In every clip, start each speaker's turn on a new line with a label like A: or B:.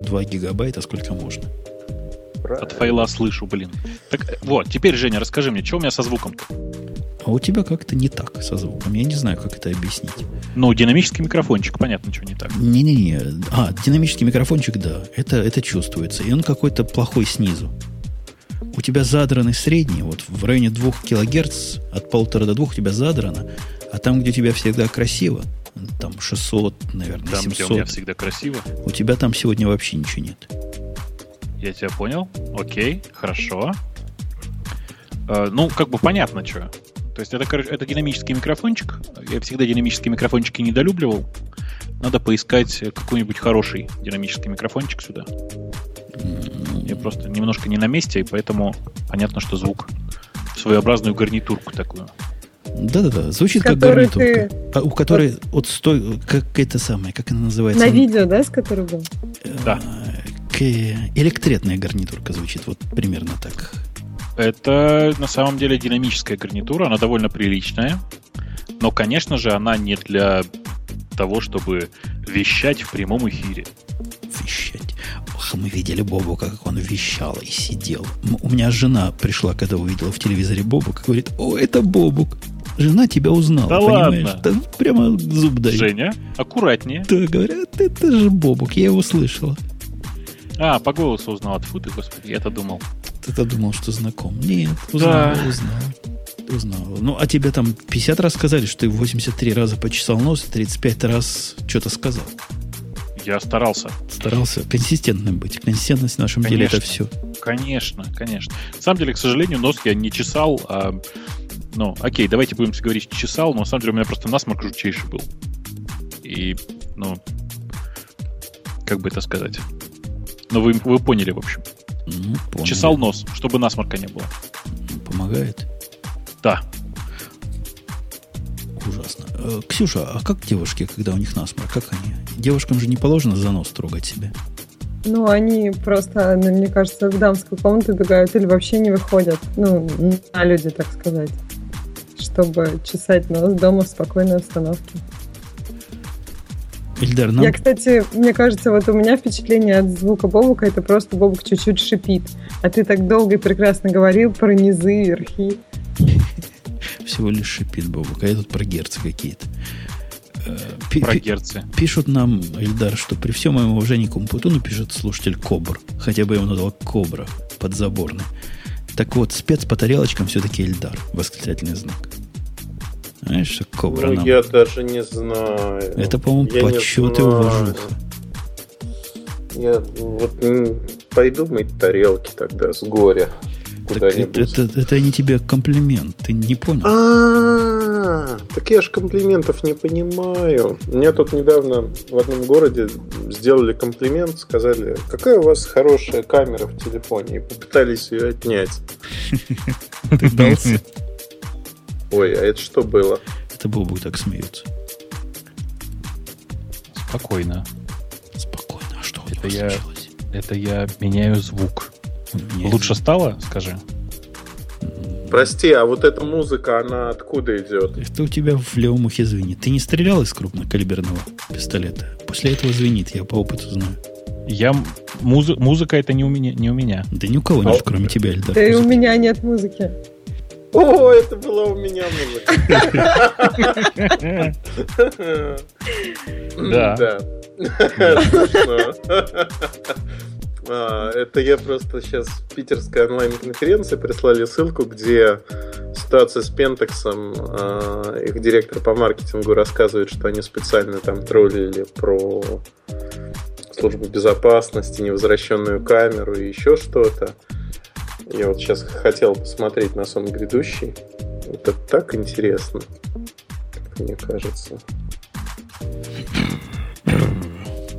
A: 2 гигабайта сколько можно.
B: От файла слышу, блин. Так э, вот, теперь, Женя, расскажи мне, что у меня со звуком?
A: А у тебя как-то не так со звуком. Я не знаю, как это объяснить.
B: Ну, динамический микрофончик, понятно, что не так.
A: Не-не-не. А, динамический микрофончик, да. Это, это чувствуется. И он какой-то плохой снизу. У тебя задраны средний, вот в районе 2 килогерц, от полутора до 2 у тебя задрано, а там, где у тебя всегда красиво, там 600, наверное,
B: Там, где
A: 700,
B: у меня всегда красиво.
A: у тебя там сегодня вообще ничего нет.
B: Я тебя понял. Окей, хорошо. Э, ну, как бы понятно, что. То есть это, короче, это динамический микрофончик. Я всегда динамические микрофончики недолюбливал. Надо поискать э, какой-нибудь хороший динамический микрофончик сюда. Я просто немножко не на месте, и поэтому понятно, что звук. Своеобразную гарнитурку такую.
A: Да-да-да, звучит как
C: Который
A: гарнитурка. А у которой вот стой, как это самое, как она называется?
C: На видео, да, с которым был?
A: Э,
B: Да.
A: к- э, Электретная гарнитурка звучит вот примерно так.
B: Это на самом деле динамическая гарнитура, она довольно приличная. Но, конечно же, она не для того, чтобы вещать в прямом эфире.
A: Вещать. Ох, мы видели Бобу, как он вещал и сидел. М- У меня жена пришла, когда увидела в телевизоре Бобук, говорит, о, это Бобук. Жена тебя узнала,
B: Да
A: понимаешь?
B: ладно?
A: Да прямо зуб дает.
B: Женя, аккуратнее.
A: Да, говорят, это же Бобук, я его слышала.
B: А, по голосу узнал. Тьфу ты, господи, я-то думал.
A: Ты-то думал, что знаком. Нет, узнала,
B: Да.
A: узнала. Узнала. Ну, а тебе там 50 раз сказали, что ты 83 раза почесал нос, и 35 раз что-то сказал.
B: Я старался.
A: Старался консистентным быть. Консистентность в нашем деле это
B: Конечно.
A: все.
B: Конечно, конечно. На самом деле, к сожалению, нос я не чесал. а, ну, окей, давайте будем говорить чесал, но на самом деле у меня просто насморк жутчайший был. И, ну, как бы это сказать? Ну, вы, вы поняли, в общем.
A: Ну, понял.
B: Чесал нос, чтобы насморка не было.
A: Помогает.
B: Да.
A: Ужасно. Э, Ксюша, а как девушки, когда у них насморк? Как они? Девушкам же не положено за нос трогать себя.
C: Ну, они просто, ну, мне кажется, в дамскую комнату бегают или вообще не выходят. Ну, на люди, так сказать. Чтобы чесать нос дома в спокойной обстановке.
A: Ильдар,
B: Ну.
A: нам...
C: Я, кстати, мне кажется, вот у меня впечатление от звука Бобука, это просто Бобук чуть-чуть шипит. А ты так долго и прекрасно говорил про низы, верхи.
A: Всего лишь шипит Бобук, а я тут про герцы какие-то. Э, пи-
B: Про
A: пи-
B: герцы.
A: Пишут нам, Эльдар, что при всем моем уважении к Умпутуну пишет слушатель Кобр. Хотя бы я ему назвал Кобра, подзаборный. Так вот, спец по тарелочкам все-таки Эльдар. Восклицательный знак. Знаешь, что Кобра
D: Ну,
A: нам...
D: я даже не знаю.
A: Это, по-моему,
D: Я не
A: почет и
D: знаю.
A: уважуха.
D: Я вот м, пойду мыть тарелки тогда с горя.
A: Так это,
D: Куда-нибудь.
A: это, это не тебе комплимент, ты не понял.
D: А, так я ж комплиментов не понимаю. Мне тут недавно в одном городе сделали комплимент, сказали, какая у вас хорошая камера в телефоне, и попытались ее отнять.
A: Ты дался.
D: Ой, а это что было?
A: Это Бобук так смеются.
B: Спокойно.
A: Спокойно, а что у него
B: Это я-
A: случилось?
B: Это я меняю звук.
A: У меня
B: Лучше стало, скажи?
D: Прости, а вот эта музыка, она откуда идет?
A: Это у тебя в левом ухе звенит. Ты не стрелял из крупнокалиберного пистолета? После этого звенит, я по опыту знаю.
B: Я... м- музы- музыка это не у меня. Не у меня.
A: Да ни у кого
D: А
A: нет,
D: у-
A: кроме тебя, Эльдар.
C: Да и у меня нет музыки.
D: О, это была у меня музыка.
B: Да.
D: Да. Смешно. А, Это я просто сейчас в питерской онлайн-конференции прислали ссылку, где ситуация с Пентексом, а, их директор по маркетингу рассказывает, что они специально там троллили про службу безопасности, невозвращенную камеру и еще что-то. Я вот сейчас хотел посмотреть на сон грядущий. Это так интересно, как мне кажется.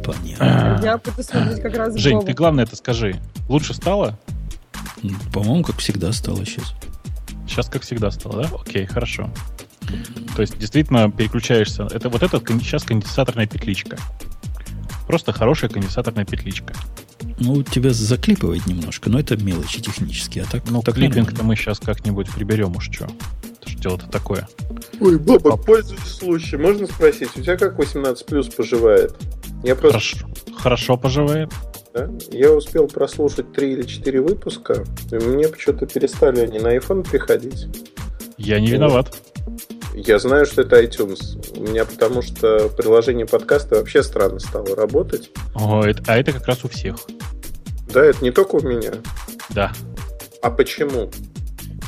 A: Понятно.
C: Я буду смотреть как раз
B: Жень,
C: Бобука.
B: ты главное это скажи. Лучше стало?
A: Ну, По-моему, как всегда стало сейчас.
B: Сейчас, как всегда, стало, да? Окей, хорошо. То есть, действительно, переключаешься. Это вот это кон- сейчас конденсаторная петличка. Просто хорошая конденсаторная петличка.
A: Ну, тебя заклипывает немножко, но это мелочи технические. А так,
B: Ну,
A: так
B: клиппинг-то
A: нормально.
B: мы сейчас как-нибудь приберем уж что. Это ж дело-то такое.
D: Ой, Бобок, пользуясь Ну, случаем, можно спросить, у тебя как 18 плюс поживает? Я просто
B: Хорошо, хорошо поживает.
D: да? Я успел прослушать 3 или 4 выпуска, и мне почему-то перестали они на iPhone приходить.
B: Я не виноват.
D: Я знаю, что это iTunes. У меня потому что приложение подкаста вообще странно стало работать.
B: О, это- а это как раз у всех.
D: Да, это не только у меня.
B: Да.
D: А почему?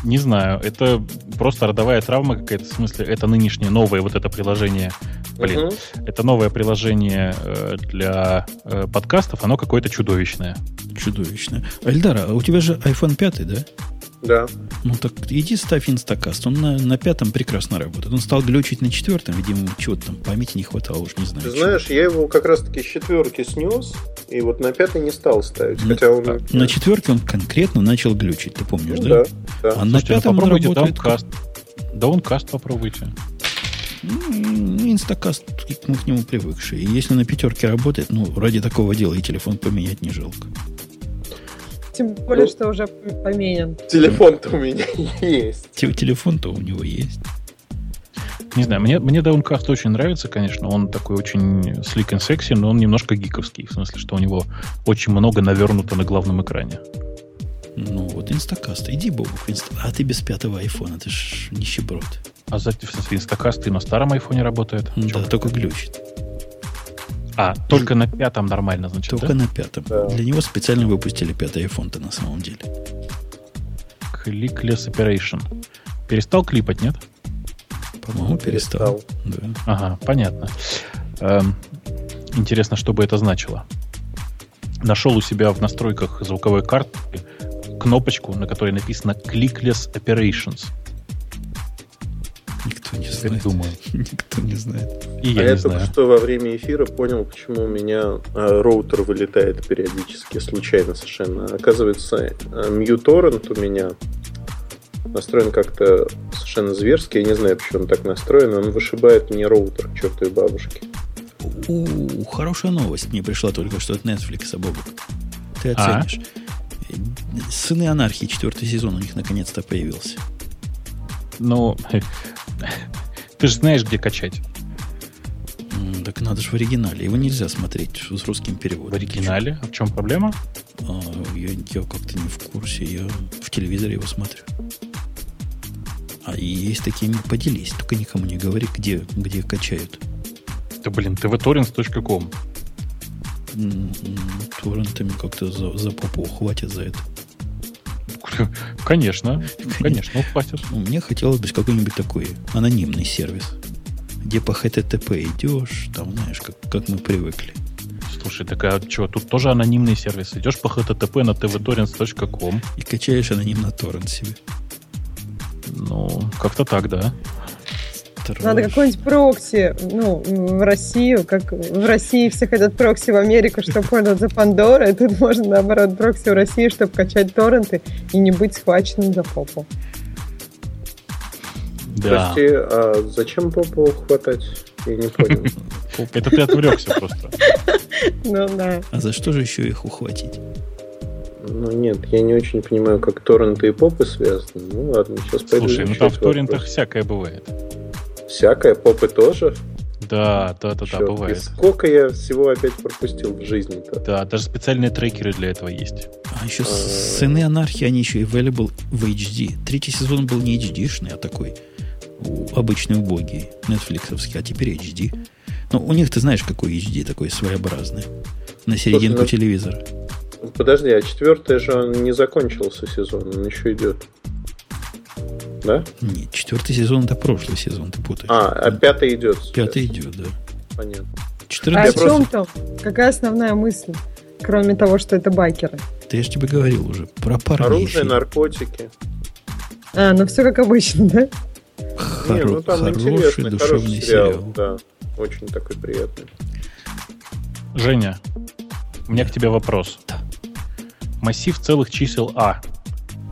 B: Не знаю, это просто родовая травма какая-то, в смысле, это нынешнее новое вот это приложение, блин,
D: Мгм.
B: это новое приложение э, для э, подкастов, оно какое-то чудовищное.
A: Чудовищно. Эльдара, а у тебя же iPhone 5, да?
D: Да.
A: Ну так иди ставь инстакаст. Он на, на пятом прекрасно работает. Он стал глючить на четвертом, видимо, чего-то там памяти не хватало, уж
B: А
A: не знаю.
D: Ты
A: чего.
D: знаешь, я его как раз-таки с четверки снес, и вот на пятый не стал ставить.
A: Ну,
D: Хотя
B: а,
D: он...
A: На четверке он конкретно начал глючить, ты помнишь,
D: Ну
A: да?
D: да, да.
A: А на
B: Слушайте, ну
A: пятом он
B: попробуйте
A: работает. как-
B: даункаст. Даункаст попробуйте.
A: М, Ну, Инстакаст, мы к нему привыкшие. И если на пятерке работает, ну, ради такого дела и телефон поменять не жалко.
C: Тем более,
D: Ну.
C: что уже поменен.
B: А,
D: Телефон-то у меня есть.
A: Те- Телефон-то у него есть.
B: Не знаю, мне, мне Downcast очень нравится, конечно. Он такой очень слик и секси, но он немножко гиковский. В смысле, что у него очень много навернуто на главном экране.
A: Ну вот, инстакаст. Иди, Бобок, в инста... А ты без пятого айфона, ты ж нищеброд.
B: А за, в смысле, инстакаст и на старом айфоне работает. Чё?
A: Да, только глючит.
B: А, только на пятом нормально, значит,
A: Только
B: да?
A: на пятом.
D: Да.
A: Для него специально выпустили пятый айфон-то на самом деле.
B: Clickless Operation. Перестал клипать, нет? Ну,
A: По-моему, перестал. Да.
B: Ага, понятно. Эм, интересно, что бы это значило. Нашел у себя в настройках звуковой карты кнопочку, на которой написано Clickless Operations.
A: Никто не
B: Я
A: знает.
B: думаю.
A: Никто не знает.
B: И
D: а
B: я
D: я
B: не
D: только
B: знаю.
D: что во время эфира понял, почему у меня э, роутер вылетает периодически, случайно совершенно. Оказывается, э, мьюторрент у меня настроен как-то совершенно зверски. Я не знаю, почему он так настроен. Он вышибает мне роутер к чертовой бабушке.
A: У, хорошая новость мне пришла только что от Netflix, а, Бобок. Ты
B: А?
A: оценишь. Э, Сыны анархии четвертый сезон у них наконец-то появился.
B: Ну, ты же знаешь, где качать.
A: М, Так надо же в оригинале. Его нельзя смотреть с русским переводом.
B: В оригинале. А в чем проблема?
A: А, я, я как-то не в курсе. Я в телевизоре его смотрю. А и есть такие, поделись, только никому не говори, где, где качают.
B: Да, блин, tvtorrents.com.
A: М, м, Торрентами как-то за, за попу хватит за это.
B: Конечно, конечно, хватит.
A: Ну, Мне хотелось бы какой-нибудь такой анонимный сервис, где по HTTP идешь, там, знаешь, как, как мы привыкли.
B: Слушай, так а что, тут тоже анонимный сервис. Идешь по http на tvtorrents.com.
A: И качаешь анонимно торрент себе.
B: Ну, как-то так, да.
C: Надо
A: Трэш.
C: какой-нибудь прокси, ну, в Россию, как в России все хотят прокси в Америку, чтобы пользоваться Пандорой, тут можно, наоборот, прокси в России, чтобы качать торренты и не быть схваченным за попу.
B: Да.
D: Прости, а зачем попу хватать? Я не понял.
B: Это ты отвлекся просто.
C: Ну да.
A: А за что же еще их ухватить?
D: Ну нет, я не очень понимаю, как торренты и попы связаны. Ну ладно, сейчас пойду
B: Слушай, ну
D: изучать
B: там в
D: вопрос.
B: торрентах всякое бывает.
D: Всякое, попы тоже?
B: Да, да, да, да,
D: Чёрт, И
B: бывает.
D: сколько я всего опять пропустил в жизни-то?
B: Да, даже специальные трекеры для этого есть.
A: А еще с-
D: Э.
A: сыны анархии, они еще и available в HD. Третий сезон был не HD-шный, а такой у- обычный убогий, нетфликсовский, а теперь HD. Ну, у них, ты знаешь, какой HD такой своеобразный. На серединку
D: ну-
A: телевизора.
D: Подожди, а четвертый же он не закончился сезон, он еще идет. Да?
A: Нет, четвертый сезон это прошлый сезон, ты путаешь.
D: А, а пятый идет. сейчас.
A: Пятый идет, да.
D: Понятно.
C: А о
A: 14
C: чем там? Какая основная мысль? Кроме того, что это байкеры.
A: Да я же тебе говорил уже про
D: Оружие,
A: парнишей.
D: наркотики.
C: А, ну все как обычно, да?
A: Хоро-
D: Не, ну там
A: хороший
D: интересный,
A: душевный
D: хороший сериал.
A: сериал.
D: Да, очень такой приятный.
B: Женя, у меня к тебе вопрос.
A: Да.
B: Массив целых чисел А.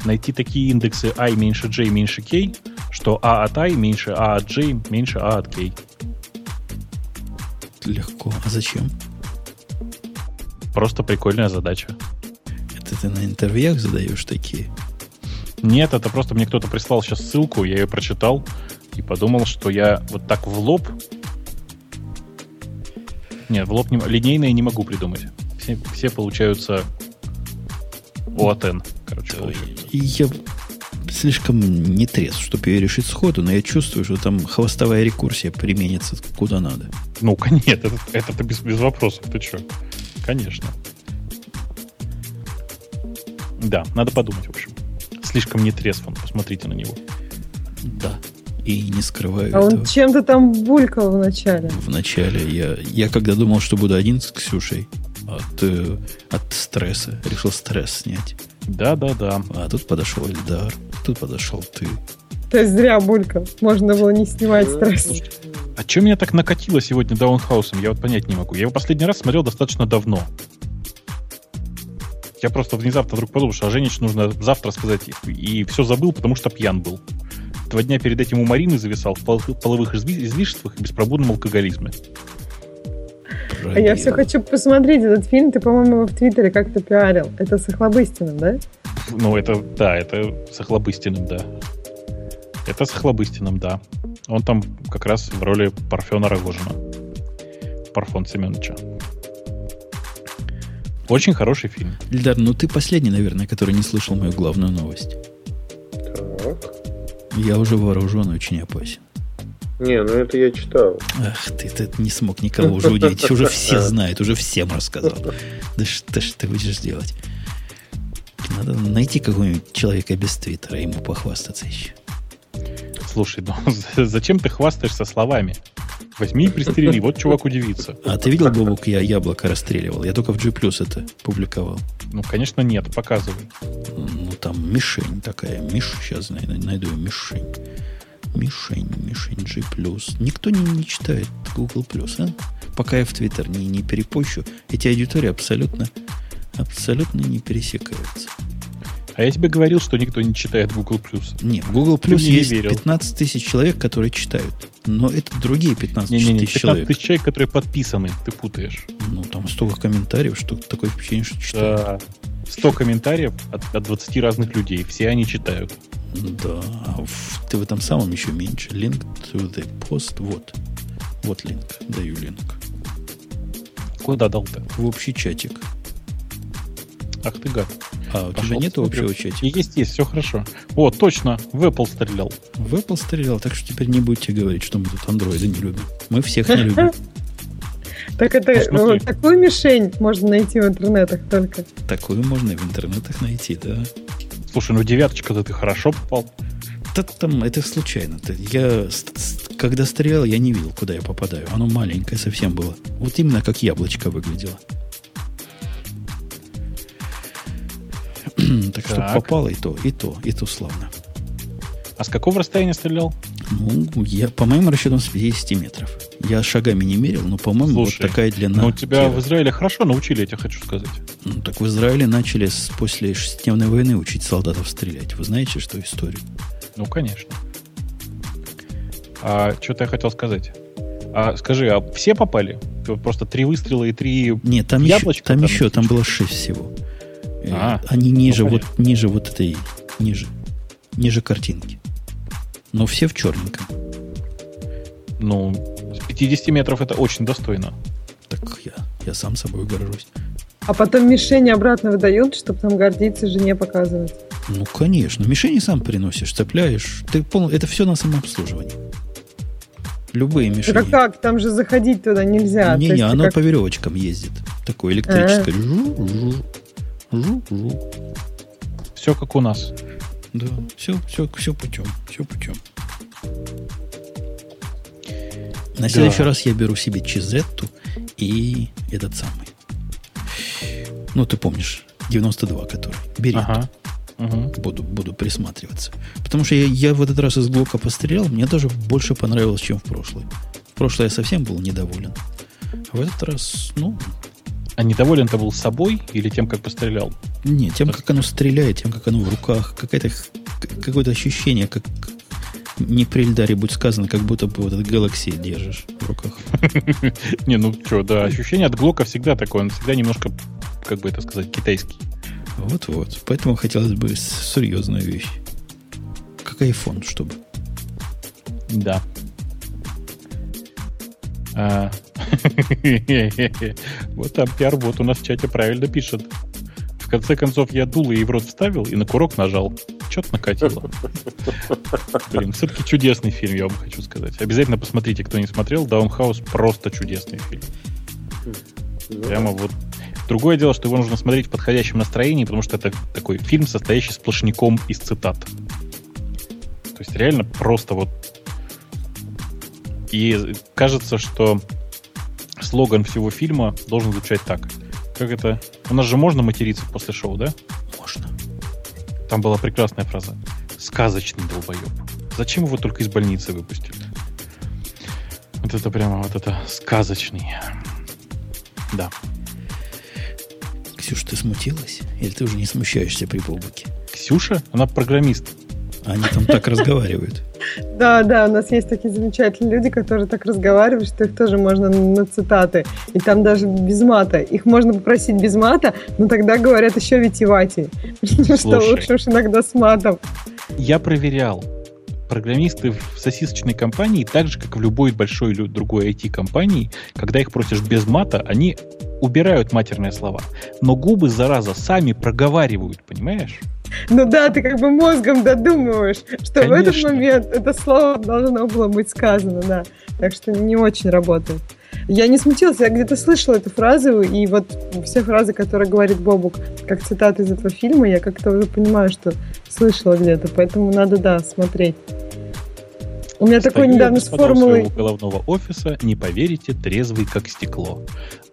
B: Найти такие индексы i меньше j меньше k, что a от i меньше a от j меньше a от k.
A: Легко. А зачем?
B: Просто прикольная задача.
A: Это ты на интервьюях задаешь такие.
B: Нет, это просто мне кто-то прислал сейчас ссылку, я ее прочитал и подумал, что я вот так в лоб... Нет, в лоб не... м- линейное не могу придумать. все, все получаются OATN, короче, получается.
A: И я слишком не трезв, чтобы ее решить сходу, но я чувствую, что там хвостовая рекурсия применится куда надо.
B: Ну, нет, это, это без, без вопросов, ты что? Конечно. Да, надо подумать, в общем. Слишком не трезв он, посмотрите на него.
A: Да. И не скрываю
C: А он
A: этого.
C: чем-то там булькал вначале.
A: Вначале я, я когда думал, что буду один с Ксюшей от, э, от стресса, решил стресс снять.
B: Да-да-да.
A: А тут подошел Эльдар, тут подошел ты.
C: То есть зря булькал. Можно было не
D: Ну, Э,
C: снимать стресс.
B: А чем меня так накатило сегодня Даунхаусом, я вот понять не могу. Я его последний раз смотрел достаточно давно. Я просто внезапно вдруг подумал, что о Женич нужно завтра сказать. и- И все забыл, потому что пьян был. Два дня перед этим у Марины зависал в пол- половых изви- излишествах и беспробудном алкоголизме.
C: А я все хочу посмотреть этот фильм. Ты, по-моему, его в Твиттере как-то пиарил. Это с Охлобыстиным, да?
B: Пф, Ну, это, да, это с Охлобыстиным, да. Это с Охлобыстиным, да. Он там как раз в роли Парфена Рогожина. Парфон Семеновича. Очень хороший фильм.
A: Эльдар, ну ты последний, наверное, который не слышал мою главную новость.
D: Так.
A: Я уже вооружен и очень опасен.
D: Не, ну это я читал.
A: Ах ты, ты не смог никого уже удивить. Уже все знают, уже всем рассказал. Да что ж ты будешь делать? Надо найти какого-нибудь человека без твиттера, ему похвастаться еще.
B: Слушай, ну за- зачем ты хвастаешься словами? Возьми и пристрели, вот чувак удивится.
A: А ты видел, Бобок, я яблоко расстреливал? Я только в G+, это публиковал.
B: Ну, конечно, нет, показывай.
A: Ну, там мишень такая. Миш, сейчас найду мишень. Мишень, мишень G+. Никто не, не читает Google+, а? Пока я в Твиттер не, не перепощу, эти аудитории абсолютно, абсолютно не пересекаются.
B: А я тебе говорил, что никто не читает Google+.
A: Не, в Google
B: Ты
A: Plus
B: мне Ну, не
A: есть
B: верил.
A: 15 тысяч человек, которые читают. Но это другие 15
B: Не-не-не,
A: тысяч
B: 15
A: человек.
B: тысяч человек, которые подписаны, ты путаешь.
A: Ну, там столько комментариев, что такое впечатление, что читают.
B: Да. 100 комментариев от, от 20 разных людей, все они читают.
A: Да, а в- ты в этом самом еще меньше. Link to the post. Вот. Вот линк. Даю линк.
B: Куда дал-то?
A: В общий чатик.
B: Ах ты гад.
A: А у тебя
B: Пошел,
A: нету
B: смотрю.
A: общего чатика?
B: Есть, есть, все хорошо. О, точно, в Apple стрелял.
A: В Apple стрелял, так что теперь не будете говорить, что мы тут андроиды не любим. Мы всех не любим.
C: Так это
B: Ну, смотри.
C: ну, такую мишень можно найти в интернетах только.
A: Такую можно и в интернетах найти, да.
B: Слушай, ну девяточка-то ты хорошо попал.
A: Да там это случайно. Ты- Я с- с- когда стрелял, я не видел, куда я попадаю. Оно маленькое совсем было. Вот именно как яблочко выглядело. так что
B: Так.
A: попало и то, и то, и то славно.
B: А с какого расстояния стрелял?
A: Ну, я, по моим расчетам, с 50 метров. Я шагами не мерил, но, по-моему,
B: Слушай,
A: вот такая длина.
B: ну, тебя
A: тира.
B: в Израиле хорошо научили, я тебе хочу сказать.
A: Ну, так в Израиле начали с- после шестидневной войны учить солдатов стрелять. Вы знаете, что историю?
B: Ну, конечно. А что-то я хотел сказать. А скажи, а все попали? Ты вот Просто три выстрела и три...
A: Нет, там
B: Яблочко
A: еще, там
B: там
A: еще, там
B: чуть-чуть.
A: было 6 всего. Э,
B: А,
A: Они ниже,
B: ну,
A: вот, ниже вот этой, ниже, ниже картинки. Но все в черненьком.
B: Ну, с 50 метров это очень достойно.
A: Так я, я сам собой горжусь.
C: А потом мишени обратно выдают, чтобы там гордиться жене показывать.
A: Ну, конечно. Мишени сам приносишь, цепляешь. Ты пол... Это все на самообслуживании. Любые мишени.
C: Так а как? Там же заходить туда
A: Не,
C: нельзя. То
A: не,
C: есть ты
A: оно
C: как-
A: по веревочкам ездит. Такое электрическое. Жу, жу, жу, жу.
B: Все как у нас.
A: Да, все, все, все путем, все путем. На следующий раз я беру себе Чизетту и этот самый. Ну, ты помнишь, 92, который. Бери,
B: Ага. Мгм.
A: буду, буду присматриваться. Потому что я, я в этот раз из Глока пострелял, мне даже больше понравилось, чем в прошлый. В прошлый я совсем был недоволен. А в этот раз, ну,
B: А недоволен ты был собой или тем, как пострелял?
A: Не, тем, как оно стреляет, тем, как оно в руках, какая-то х- к- какое-то ощущение, как не при Эльдаре будет сказано, как будто бы вот этот Galaxy держишь в руках.
B: Не, ну что, да, ощущение от Глока всегда такое. Он всегда немножко, как бы это сказать, китайский.
A: Вот-вот. Поэтому хотелось бы с- серьезную вещь. Как iPhone, чтобы.
B: Да. А, Вот там пиар-бот у нас в чате правильно пишет. В конце концов, я дул и в рот вставил, и на курок нажал. Чет накатило. Блин, все-таки чудесный фильм, я вам хочу сказать. Обязательно посмотрите, кто не смотрел. Даунхаус просто чудесный фильм.
D: Ну,
B: Прямо вот. Другое дело, что его нужно смотреть в подходящем настроении, потому что это такой фильм, состоящий сплошняком из цитат. То есть реально просто вот... И кажется, что слоган всего фильма должен звучать так. Как это? У нас же можно материться после шоу, да?
A: Можно.
B: Там была прекрасная фраза. Сказочный долбоеб. Зачем его только из больницы выпустили? Вот это прямо вот это сказочный. Да.
A: Ксюш, ты смутилась? Или ты уже не смущаешься при побуке?
B: Ксюша, она программист.
A: Они там так разговаривают.
C: Да, да, у нас есть такие замечательные люди, которые так разговаривают, что их тоже можно на цитаты. И там даже без мата. Их можно попросить без мата, но тогда говорят еще витивати. Что
B: Слушай.
C: лучше уж иногда с матом.
B: Я проверял. Программисты в сосисочной компании, так же, как в любой большой или другой IT-компании, когда их просишь без мата, они убирают матерные слова. Но губы, зараза, сами проговаривают, понимаешь?
C: Ну да, ты как бы мозгом додумываешь, что в этот
B: Конечно.
C: момент это слово должно было быть сказано, да. Так что не очень работает. Я не смутилась, я где-то слышала эту фразу, и вот все фразы, которые говорит Бобук, как цитаты из этого фильма, я как-то уже понимаю, что слышала где-то, поэтому надо, да, смотреть. У меня такой
B: Стою я,
C: недавно с
B: господа, у
C: формулой...
B: своего головного офиса, не поверите, трезвый как стекло.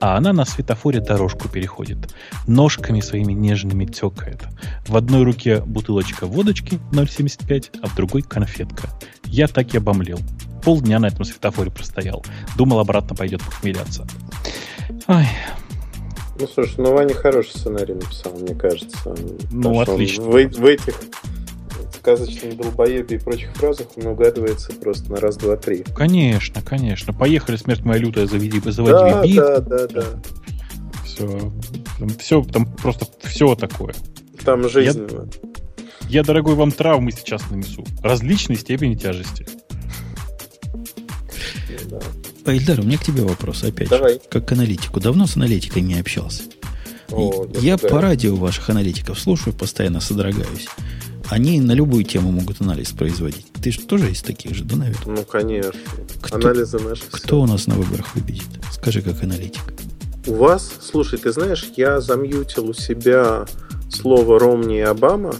B: А она на светофоре дорожку переходит. Ножками своими нежными текает. В одной руке бутылочка водочки 0,75, а в другой конфетка. Я так и обомлел. Полдня на этом светофоре простоял. Думал, обратно пойдет похмеляться. Ай,
D: Ну, слушай, ну Ваня хороший сценарий написал, мне кажется. Потому что он
B: отлично.
D: В, э- в этих сказочных долбоебе и прочих фразах он угадывается просто на раз, два, три.
B: конечно, конечно. Поехали, смерть моя лютая, заведи, заводи
D: Да,
B: бит.
D: да, да, да.
B: Все, там, все, там просто все такое.
D: Там жизнь.
B: Я, дорогой, вам травмы сейчас нанесу. Различной степени тяжести.
D: да.
A: А, Ильдар, у меня к тебе вопрос опять же,
D: Давай.
A: как к аналитику. Давно с аналитикой не общался.
D: О,
A: И
D: да,
A: я
D: да.
A: по радио ваших аналитиков слушаю, постоянно содрогаюсь. Они на любую тему могут анализ производить. Ты же тоже из таких же, да, наверное?
D: Ну, конечно.
A: Кто-
D: Анализы наши.
A: Кто у нас на выборах выбедит? Скажи, как аналитик.
D: У вас, слушай, ты знаешь, я замьютил у себя слово Ромни и Обама,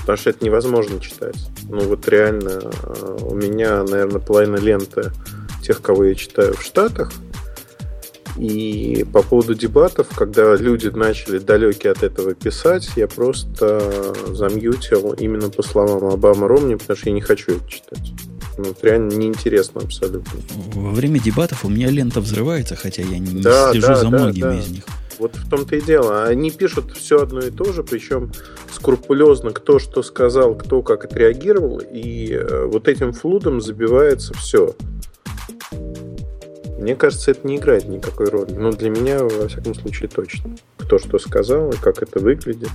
D: потому что это невозможно читать. Ну вот реально, э, у меня, наверное, половина ленты тех, кого я читаю в Штатах. И по поводу дебатов, когда люди начали далекие от этого писать, я просто замьютил именно по словам Обама Ромни, потому что я не хочу это читать. Ну, это реально неинтересно абсолютно.
A: Во время дебатов у меня лента взрывается, хотя я не
D: Да,
A: слежу
D: да,
A: за
D: да,
A: многими
D: да.
A: из них.
D: Вот в том-то и дело. Они пишут все одно и то же, причем скрупулезно, кто что сказал, кто как отреагировал, и э, вот этим флудом забивается все. Мне кажется, это не играет никакой роли. Ну, для меня, во всяком случае, точно. Кто что сказал и как это выглядит.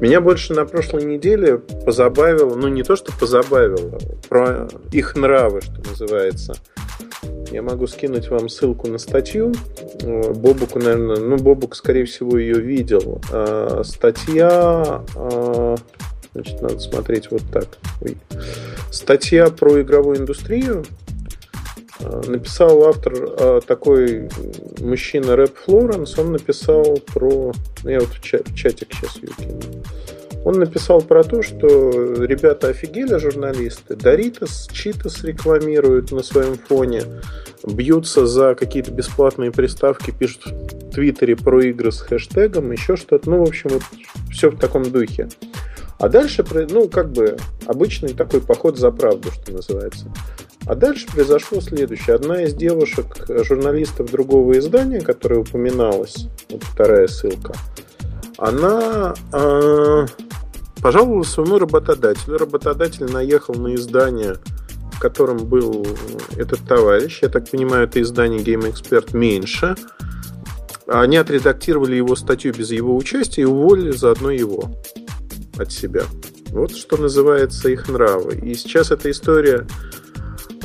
D: Меня больше на прошлой неделе позабавило, ну, не то, что позабавило, про их нравы, что называется. Я могу скинуть вам ссылку на статью. Э, Бобуку, наверное, ну, Бобук, скорее всего, ее видел. Э, Статья... э, Значит, надо смотреть вот так. Ой. Статья про игровую индустрию. Э, Написал автор э, такой мужчина Рэп Флоренс. Он написал про... ну, Я вот в ча- в чатик сейчас ее кину. Он написал про то, что ребята офигели, журналисты. Доритас, Читас рекламируют на своем фоне бьются за какие-то бесплатные приставки, пишут в Твиттере про игры с хэштегом, еще что-то. Ну, в общем, вот все в таком духе. А дальше, про- ну, как бы обычный такой поход за правду, что называется. А дальше произошло следующее. Одна из девушек, э, журналистов другого издания, которое упоминалось, вот вторая ссылка, она э, пожаловалась своему работодателю. Работодатель наехал на издание в котором был этот товарищ. Я так понимаю, это издание Game Expert меньше. Они отредактировали его статью без его участия и уволили заодно его от себя. Вот что называется их нравы. И сейчас эта история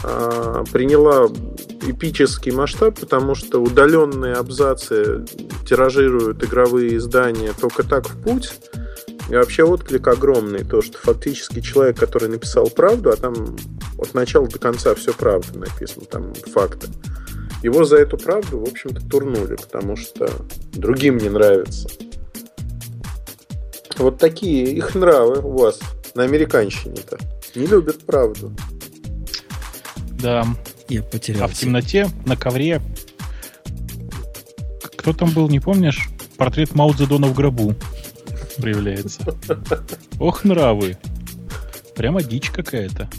D: а, приняла эпический масштаб, потому что удаленные абзацы тиражируют игровые издания только так в путь. И вообще отклик огромный, то, что фактически человек, который написал правду, а там от начала до конца все правда написано, там факты, его за эту правду, в общем-то, турнули, потому что другим не нравится. Вот такие их нравы у вас на американщине-то. Не любят правду.
B: Да.
A: Я потерял.
B: А в темноте, на ковре. Кто там был, не помнишь? Портрет Мао Цзедона в гробу проявляется. Ох, нравы. Прямо дичь какая-то.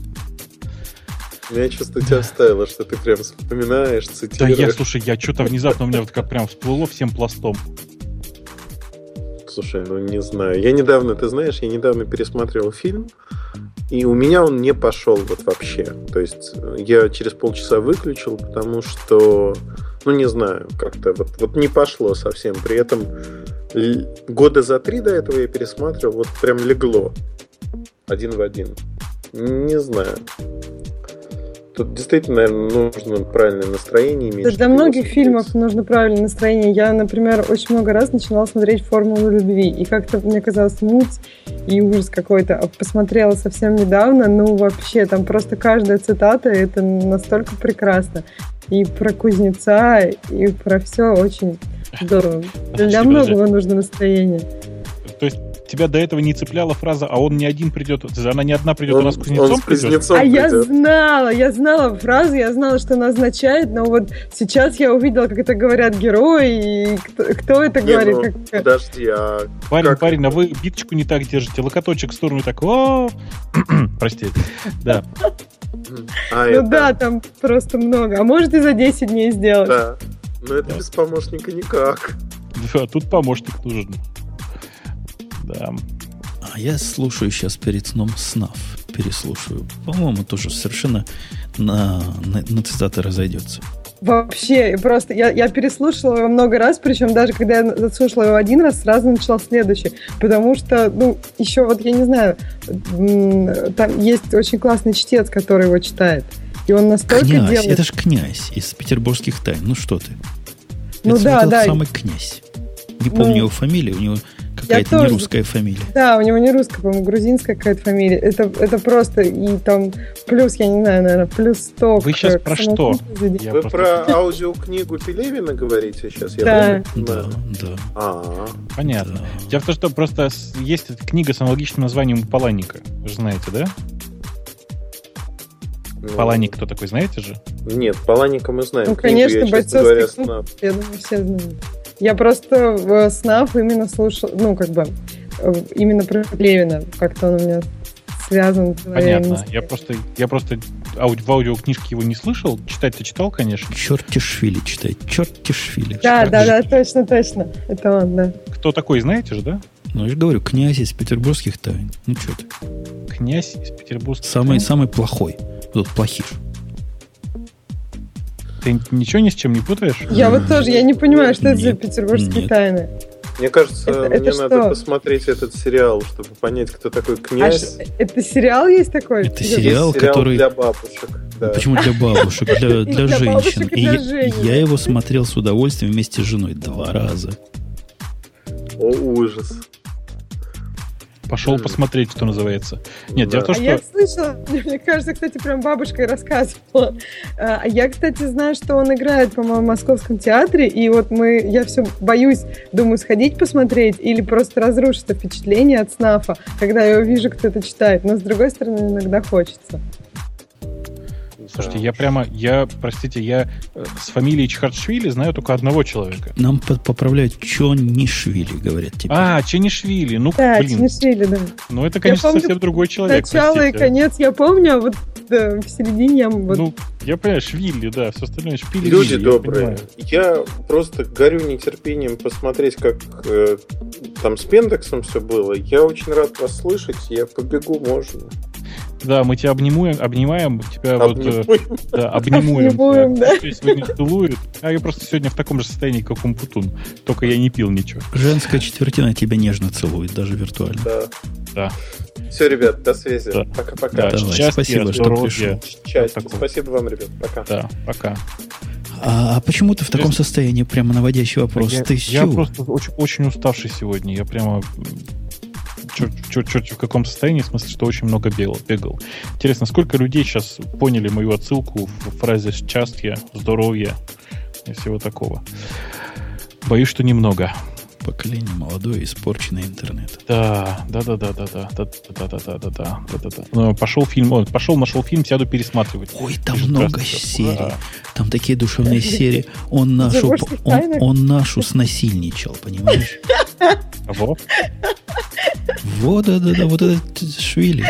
D: Я чувство тебя вставило, что ты прям вспоминаешь,
B: Да
D: цитируешь.
B: я, слушай, я что-то внезапно у меня вот как прям всплыло всем пластом.
D: Слушай, ну не знаю. Я недавно, ты знаешь, я недавно пересматривал фильм, и у меня он не пошел вот вообще. То есть э, я через полчаса выключил, потому что, ну не знаю, как-то вот, вот не пошло совсем. При этом л- года за три до этого я пересматривал, вот прям легло. Один в один. Не знаю. Тут действительно, наверное, нужно правильное настроение иметь.
C: Для
D: чтобы
C: многих
D: его
C: фильмов
D: смотреть.
C: нужно правильное настроение. Я, например, очень много раз начинала смотреть «Формулу любви», и как-то мне казалось муть и ужас какой-то. А посмотрела совсем недавно, ну вообще, там просто каждая цитата, это настолько прекрасно. И про кузнеца, и про все очень здорово.
B: Подожди,
C: Для многого нужно настроение.
B: подожди. То есть тебя до этого не цепляла фраза, а он не один придет, то есть она не одна придет,
D: Он-
B: она с
D: он
B: кузнецом
D: с
B: придет.
D: кузнецом
C: а я
D: придет.
C: знала, я знала фразу, я знала, что она означает, но вот сейчас я увидела, как это говорят герои, и кто, кто это
D: Не,
C: говорит.
D: ну,
C: как-
D: Подожди, а
B: Парень,
D: Как?
B: парень, а вы биточку не так держите, локоточек в сторону так, о прости. Да.
D: А,
C: Ну
D: это-
C: да, там просто много. А может и за 10 дней сделать.
D: Да. Но это
B: Да.
D: без помощника никак.
B: Да, А Тут помощник нужен. Да.
A: А я слушаю сейчас перед сном снав. Переслушаю. По-моему, тоже совершенно на, на, на цитаты разойдется.
C: Вообще, и просто я, я переслушала его много раз, причем даже когда я заслушала его один раз, сразу начала следующий. Потому что, ну, еще вот я не знаю, м, там есть очень классный чтец, который его читает. И он настолько
A: князь,
C: делает...
A: это же князь из петербургских тайн. Ну что ты?
C: Ну
A: это
C: да,
A: тот
C: да.
A: самый князь. Не
C: Ну,
A: помню его фамилию, у него какая-то
C: тоже.
A: нерусская фамилия.
C: Да, у него не русская, по-моему, грузинская какая-то фамилия. Это, это просто, и там плюс, я не знаю, наверное, плюс 100.
B: Вы
C: к-
B: щас
C: к
B: про
C: самому-
B: Я
D: Вы
B: просто-
D: про аудиокнигу Пелевина говорите сейчас? Я
C: Да.
D: правильно
A: Да,
D: понимаю?
A: да.
D: А,
B: Понятно.
A: да.
B: Дело в том, что просто с- есть эта книга с аналогичным названием у Паланика. Вы же знаете, да?
D: ну,
B: Паланик кто такой, знаете же?
D: Нет, Паланика мы знаем.
C: Ну,
D: книгу,
C: конечно,
D: я, честно
C: бойцовский
D: говоря,
C: клуб.
D: знаю.
C: Я думаю, все знают. Я просто в СНАФ именно слушал, ну, как бы, э, именно про Левина. Как-то он у меня связан. с моей
B: Понятно.
C: мыслью.
B: Я просто, я просто ауди- в аудиокнижке его не слышал. Читать-то читал, конечно.
A: Чертишвили читай, чертишвили.
C: Да,
B: Как
C: да,
B: же.
C: да, точно, точно. Это он, да.
B: Кто такой, знаете же, да?
A: Ну, я же говорю, князь из петербургских тайн. Ну что ты?
B: Князь из Петербурга.
A: Самый, самый плохой. Тут плохиш.
B: Ты ничего ни с чем не путаешь?
C: Я вот
A: М.
C: тоже, я не понимаю, что это за
A: Нет,
C: петербургские
A: нет.
C: тайны.
D: Мне кажется,
C: Это-
D: мне
C: это
D: надо
C: что?
D: посмотреть этот сериал, чтобы понять, кто такой
C: А
D: князь.
C: ш- это сериал есть такой?
A: Это
C: Где-
A: Сериал,
D: Есть сериал
A: который-
D: для бабушек.
B: Ну,
D: Да.
A: Почему для бабушек, для,
C: И
A: для
C: для
A: женщин?
C: бабушек, и
A: И
C: для
A: я-
C: женщин.
A: я его смотрел с удовольствием вместе с женой два раза.
D: О, ужас.
B: Пошел посмотреть, что называется. Нет, дело в том,
C: А
B: что-
C: я слышала, мне кажется, кстати, прям бабушкой рассказывала. А я, кстати, знаю, что он играет, по-моему, в Московском театре, и вот мы, я все боюсь, думаю, сходить посмотреть или просто разрушится впечатление от снафа, когда я увижу, кто это читает. Но, с другой стороны, иногда
D: что...
C: хочется.
B: Слушайте, я прямо, я, простите, я э, с фамилией Чхартшвили знаю только одного человека.
A: Нам по- поправляют Чонишвили, говорят теперь.
B: А, Ченишвили. Ну,
C: Да,
B: блин,
C: смешили, да.
B: ну это, конечно,
C: помню,
B: совсем другой человек.
C: Начало и
B: простите.
C: конец я помню, а вот да, в середине я вот
B: Ну, я понимаю, Швили, да, все остальное Шпили.
D: Люди
B: я
D: добрые,
B: понимаю.
D: я, просто горю нетерпением посмотреть, как э, там с Пендексом все было. Я очень рад вас слышать, я побегу, можно.
B: Да, мы тебя обнимуем, обнимаем, тебя вот... э,
D: Обниму.
B: Да, обнимуем.
C: Обнимуем, да.
B: Тебя сегодня целует. А я просто сегодня в таком же состоянии, как Умпутун. Только я не пил ничего.
A: Женская четвертина тебя нежно целует, даже виртуально.
D: Да.
B: Да.
D: Все, ребят, до связи.
B: Да.
D: Пока-пока.
A: Да. Давай,
B: счастья,
A: спасибо, что
B: здоровья.
A: пришел.
D: Счастья.
B: Такого.
D: Спасибо вам, ребят. Пока.
B: Да, пока.
A: А почему ты в таком состоянии? Прямо наводящий вопрос.
B: Я,
A: ты с
B: я
A: чего?
B: просто очень, очень уставший сегодня. Я прямо черт, черт, черт в каком состоянии, в смысле, что очень много бегал. бегал. Интересно, сколько людей сейчас поняли мою отсылку в фразе «счастье», «здоровье» и всего такого? Боюсь, что немного.
A: Поколение молодое, испорченное интернет.
B: Да, да, да, да, да, да, да, да, да, да, да, да, да, да, да. Ну, пошел фильм, о, пошел, нашел фильм, сяду пересматривать.
A: Ой, там
B: Пишет
A: много
B: Красников.
A: серий.
B: Ура.
A: Там такие душевные серии. Он нашу,
C: Заморских
A: он,
C: тайнах?
A: он нашу снасильничал, понимаешь?
B: Кого?
A: Вот, да, да, да, вот этот Швили.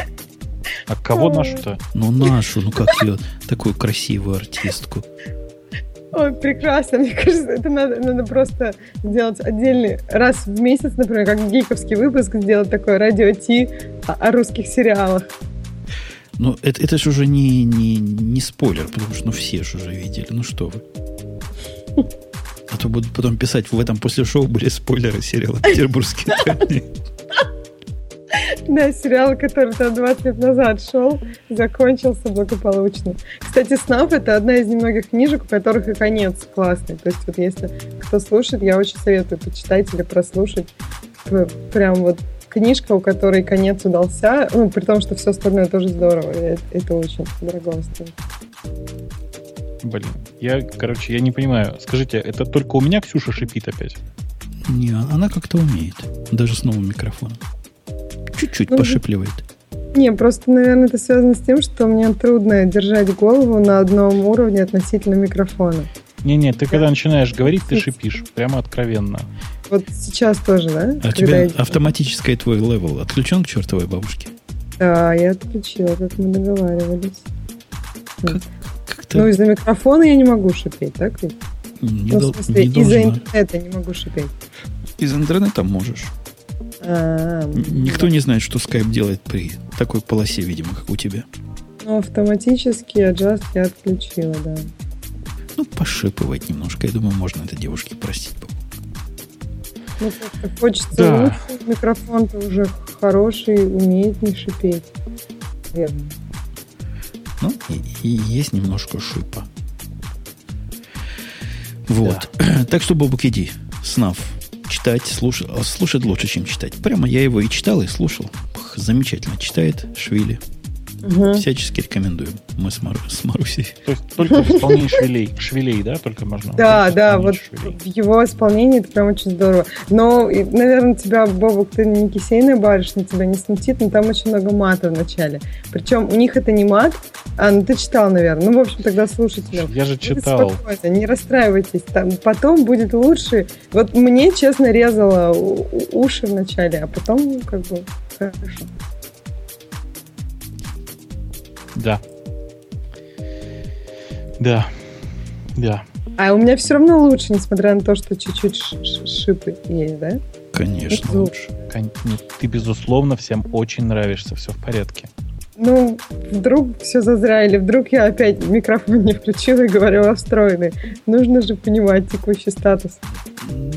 B: А кого нашу-то?
A: Ну, нашу, ну как ее, такую красивую артистку.
C: Ой, прекрасно. Мне кажется, это надо, надо просто сделать отдельный раз в месяц, например, как гиковский выпуск, сделать такое радио Ти о, о русских сериалах.
A: Ну, это, это же уже не, не, не спойлер, потому что ну, все же уже видели. Ну что вы. А то будут потом писать, в этом после шоу были спойлеры сериала «Петербургские тайны».
C: Да, сериал, который там 20 лет назад шел, закончился благополучно. Кстати, «Снап» — это одна из немногих книжек, у которых и конец классный. То есть вот если кто слушает, я очень советую почитать или прослушать. П- Прям вот книжка, у которой конец удался, ну, при том, что все остальное тоже здорово. и Это, это очень дорого стоит.
B: Блин, я, короче, я не понимаю. Скажите, это только у меня Ксюша шипит опять?
A: Не, она как-то умеет. Даже с новым микрофоном. Чуть-чуть
C: Ну,
A: пошипливает.
C: Не, просто, наверное, это связано с тем, что мне трудно держать голову на одном уровне относительно микрофона.
B: Не-не, ты когда начинаешь говорить, ты
C: Шипит.
B: шипишь. Прямо откровенно.
C: Вот сейчас тоже, да?
A: А у
C: Когда
A: тебя
C: я-
A: автоматический твой левел отключен к чертовой бабушке?
C: Да, я отключила, как мы договаривались.
A: Как-то
C: Ну, из-за микрофона я не могу шипеть, так ведь?
A: не,
C: ну,
A: дол-
C: в смысле,
A: не
C: из-за
A: должна.
C: интернета не могу шипеть.
A: Из интернета можешь.
C: А,
A: Н- Никто не знает, что Skype делает при такой полосе, видимо, как у тебя.
C: Ну, автоматически аджаст я отключила, да.
A: Ну, пошипывать немножко. Я думаю, можно это девушке простить.
C: Ну, просто хочется
B: Да.
C: лучше, микрофон-то уже хороший, умеет не шипеть. Верно.
A: Ну, и, и есть немножко шипа. Вот. Так что, Бобук, иди. Снав. Читать, слушать. а Слушать лучше, чем читать. Прямо я его и читал, и слушал. Пх, замечательно читает Швили.
C: Мгм.
A: Всячески рекомендуем. Мы с, Мар- с Марусей.
B: То есть только в исполнении швелей. Швелей, да, только можно?
C: Да,
B: Только
C: да,
B: в
C: вот
B: исполнении швелей.
C: в его исполнении это прям очень здорово. Но, и, наверное, тебя, Бобок, ты не кисейная барышня, тебя не смутит, но там очень много мата в начале. Причем у них это не мат, а, ну ты читал, наверное. Ну, в общем, тогда слушателям.
B: Я же
C: Будет
B: читал.
C: спокойно, не расстраивайтесь. Там потом будет лучше. Вот мне, честно, резало у- у- уши вначале, а потом ну, как бы хорошо.
B: Да. Да. Да.
C: А у меня все равно лучше, несмотря на то, что чуть-чуть ш- ш- шипы есть, да?
A: Конечно,
C: Это
A: лучше.
B: Кон- ну, Ты, безусловно, всем очень нравишься. Все в порядке.
C: Ну, вдруг все зазря, или вдруг я опять микрофон не включила и говорю о встроенной. Нужно же понимать текущий статус.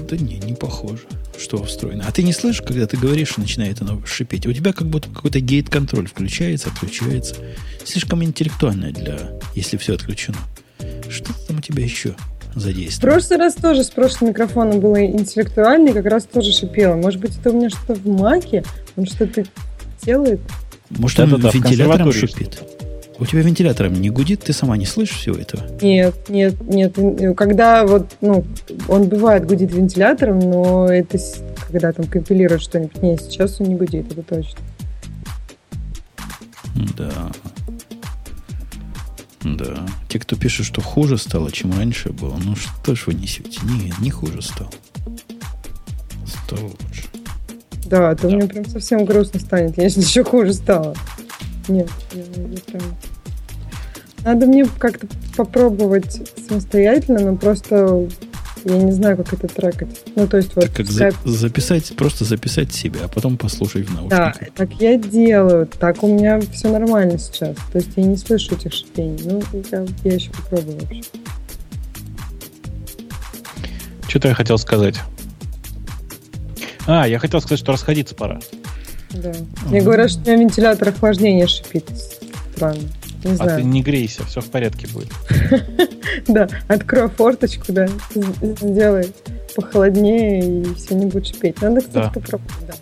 A: Да не, не похоже, что встроено. А ты не слышишь, когда ты говоришь, и начинает оно шипеть? У тебя как будто какой-то гейт-контроль включается, отключается. Слишком интеллектуально для... Если все отключено. Что там у тебя еще
C: В
A: задействовано?
C: прошлый раз тоже с прошлым микрофоном было интеллектуально, и как раз тоже шипело. Может быть, это у меня что-то в маке? Он что-то делает?
A: Может, он
B: Да-да-да, в
A: вентилятором
B: консерватории
A: шипит? У тебя вентилятором не гудит, ты сама не слышишь всего этого?
C: Нет, нет, нет. Когда вот, ну, он бывает гудит вентилятором, но это с- когда там компилирует что-нибудь. Нет, сейчас он не гудит, это точно.
A: Да. Да. Те, кто пишет, что хуже стало, чем раньше было, ну что ж вы несете? Не, не хуже стало. Стало лучше.
C: Да, то мне прям совсем грустно станет, если еще хуже стало. Нет, я, я прям... Надо мне как-то попробовать самостоятельно, но просто я не знаю, как это трекать. Ну, то есть вот
A: Так как за-
C: Skype-
A: записать, просто записать себя, а потом послушать в
C: Да,
A: наушниках.
C: так я делаю. Так у меня все нормально сейчас. То есть я не слышу этих шипений. Ну, я, еще попробую вообще.
B: Что-то я хотел сказать. А, я хотел сказать, что расходиться пора.
C: Да. Мне говорят, что у меня вентилятор охлаждения шипит. Странно. Не
B: А ты
C: знаю.
B: не грейся, все в порядке будет.
C: Да, открой форточку, да, с- сделай похолоднее и все не будет шипеть. Надо, кстати,
B: Да.
C: попробовать, да.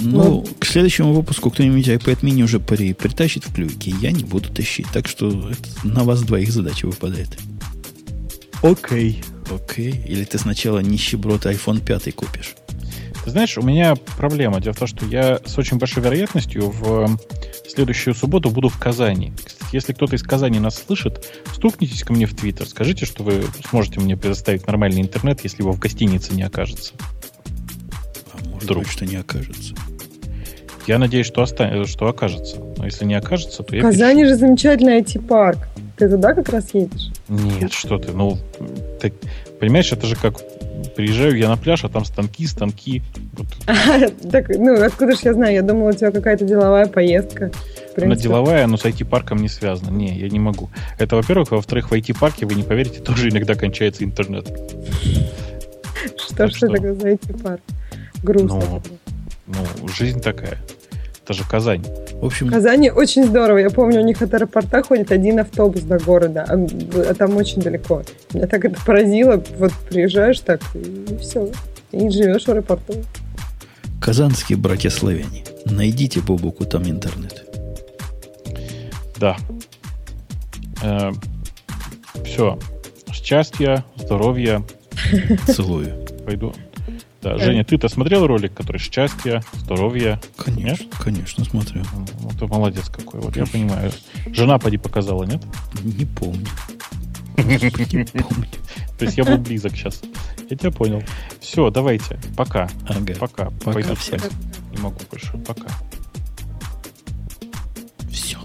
A: Ну, к следующему выпуску кто-нибудь iPad mini уже при, притащит в клюйке. Я не буду тащить. Так что это на вас двоих задача выпадает.
B: Окей.
A: Окей. Или ты сначала нищеброд iPhone 5 купишь.
B: Ты знаешь, у меня проблема. Дело в том, что я с очень большой вероятностью в эм, следующую субботу буду в Казани. Кстати, если кто-то из Казани нас слышит, стукнитесь ко мне в Твиттер, скажите, что вы сможете мне предоставить нормальный интернет, если его в гостинице не окажется.
A: А может
B: Вдруг.
A: быть, что не окажется.
B: Я надеюсь, что, оста- э, что окажется. Но если не окажется, то я...
C: В Казани
B: перешлю.
C: же замечательный IT-парк. Ты туда как раз едешь?
B: Нет, что ты. Ну, ты понимаешь, это же как... Приезжаю я на пляж, а там станки, станки. Вот
C: Так, ну, откуда же я знаю? Я думала, у тебя какая-то деловая поездка. В
B: Она
C: принципе.
B: деловая, но с IT-парком не связана. Не, я не могу. Это, во-первых. А во-вторых, в IT-парке, вы не поверите, тоже иногда кончается интернет.
C: Что
B: так
C: ж ты
B: что-
C: такое за IT-парк? Грустно.
B: Ну. Ну, жизнь такая. Это же Казань.
A: В общем,
C: В Казани очень здорово. Я помню, у них от аэропорта ходит один автобус до города, а, а там очень далеко. Меня так это поразило. Вот приезжаешь так, и все. И живешь в аэропорту.
A: казанские братья славяне. Найдите Бобуку там интернет.
B: Да. все. Счастья, здоровья.
A: Целую.
B: Пойду. Да, Женя, ты-то смотрел ролик, который «Счастье, здоровье»?
A: Конечно, конечно, смотрю.
B: Ну, ты молодец какой. Вот я понимаю. Жена поди показала, нет?
A: Не помню. Не
B: То
A: помню.
B: есть я был близок сейчас. Я тебя понял. Все, давайте. Пока.
A: Ага.
B: Пока.
A: Пока
B: Пойду
A: всем.
B: спать. Не могу больше. Пока.
A: Все.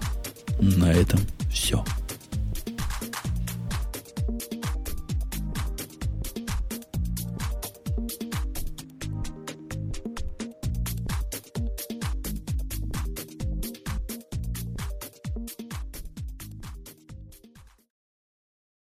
A: На этом все.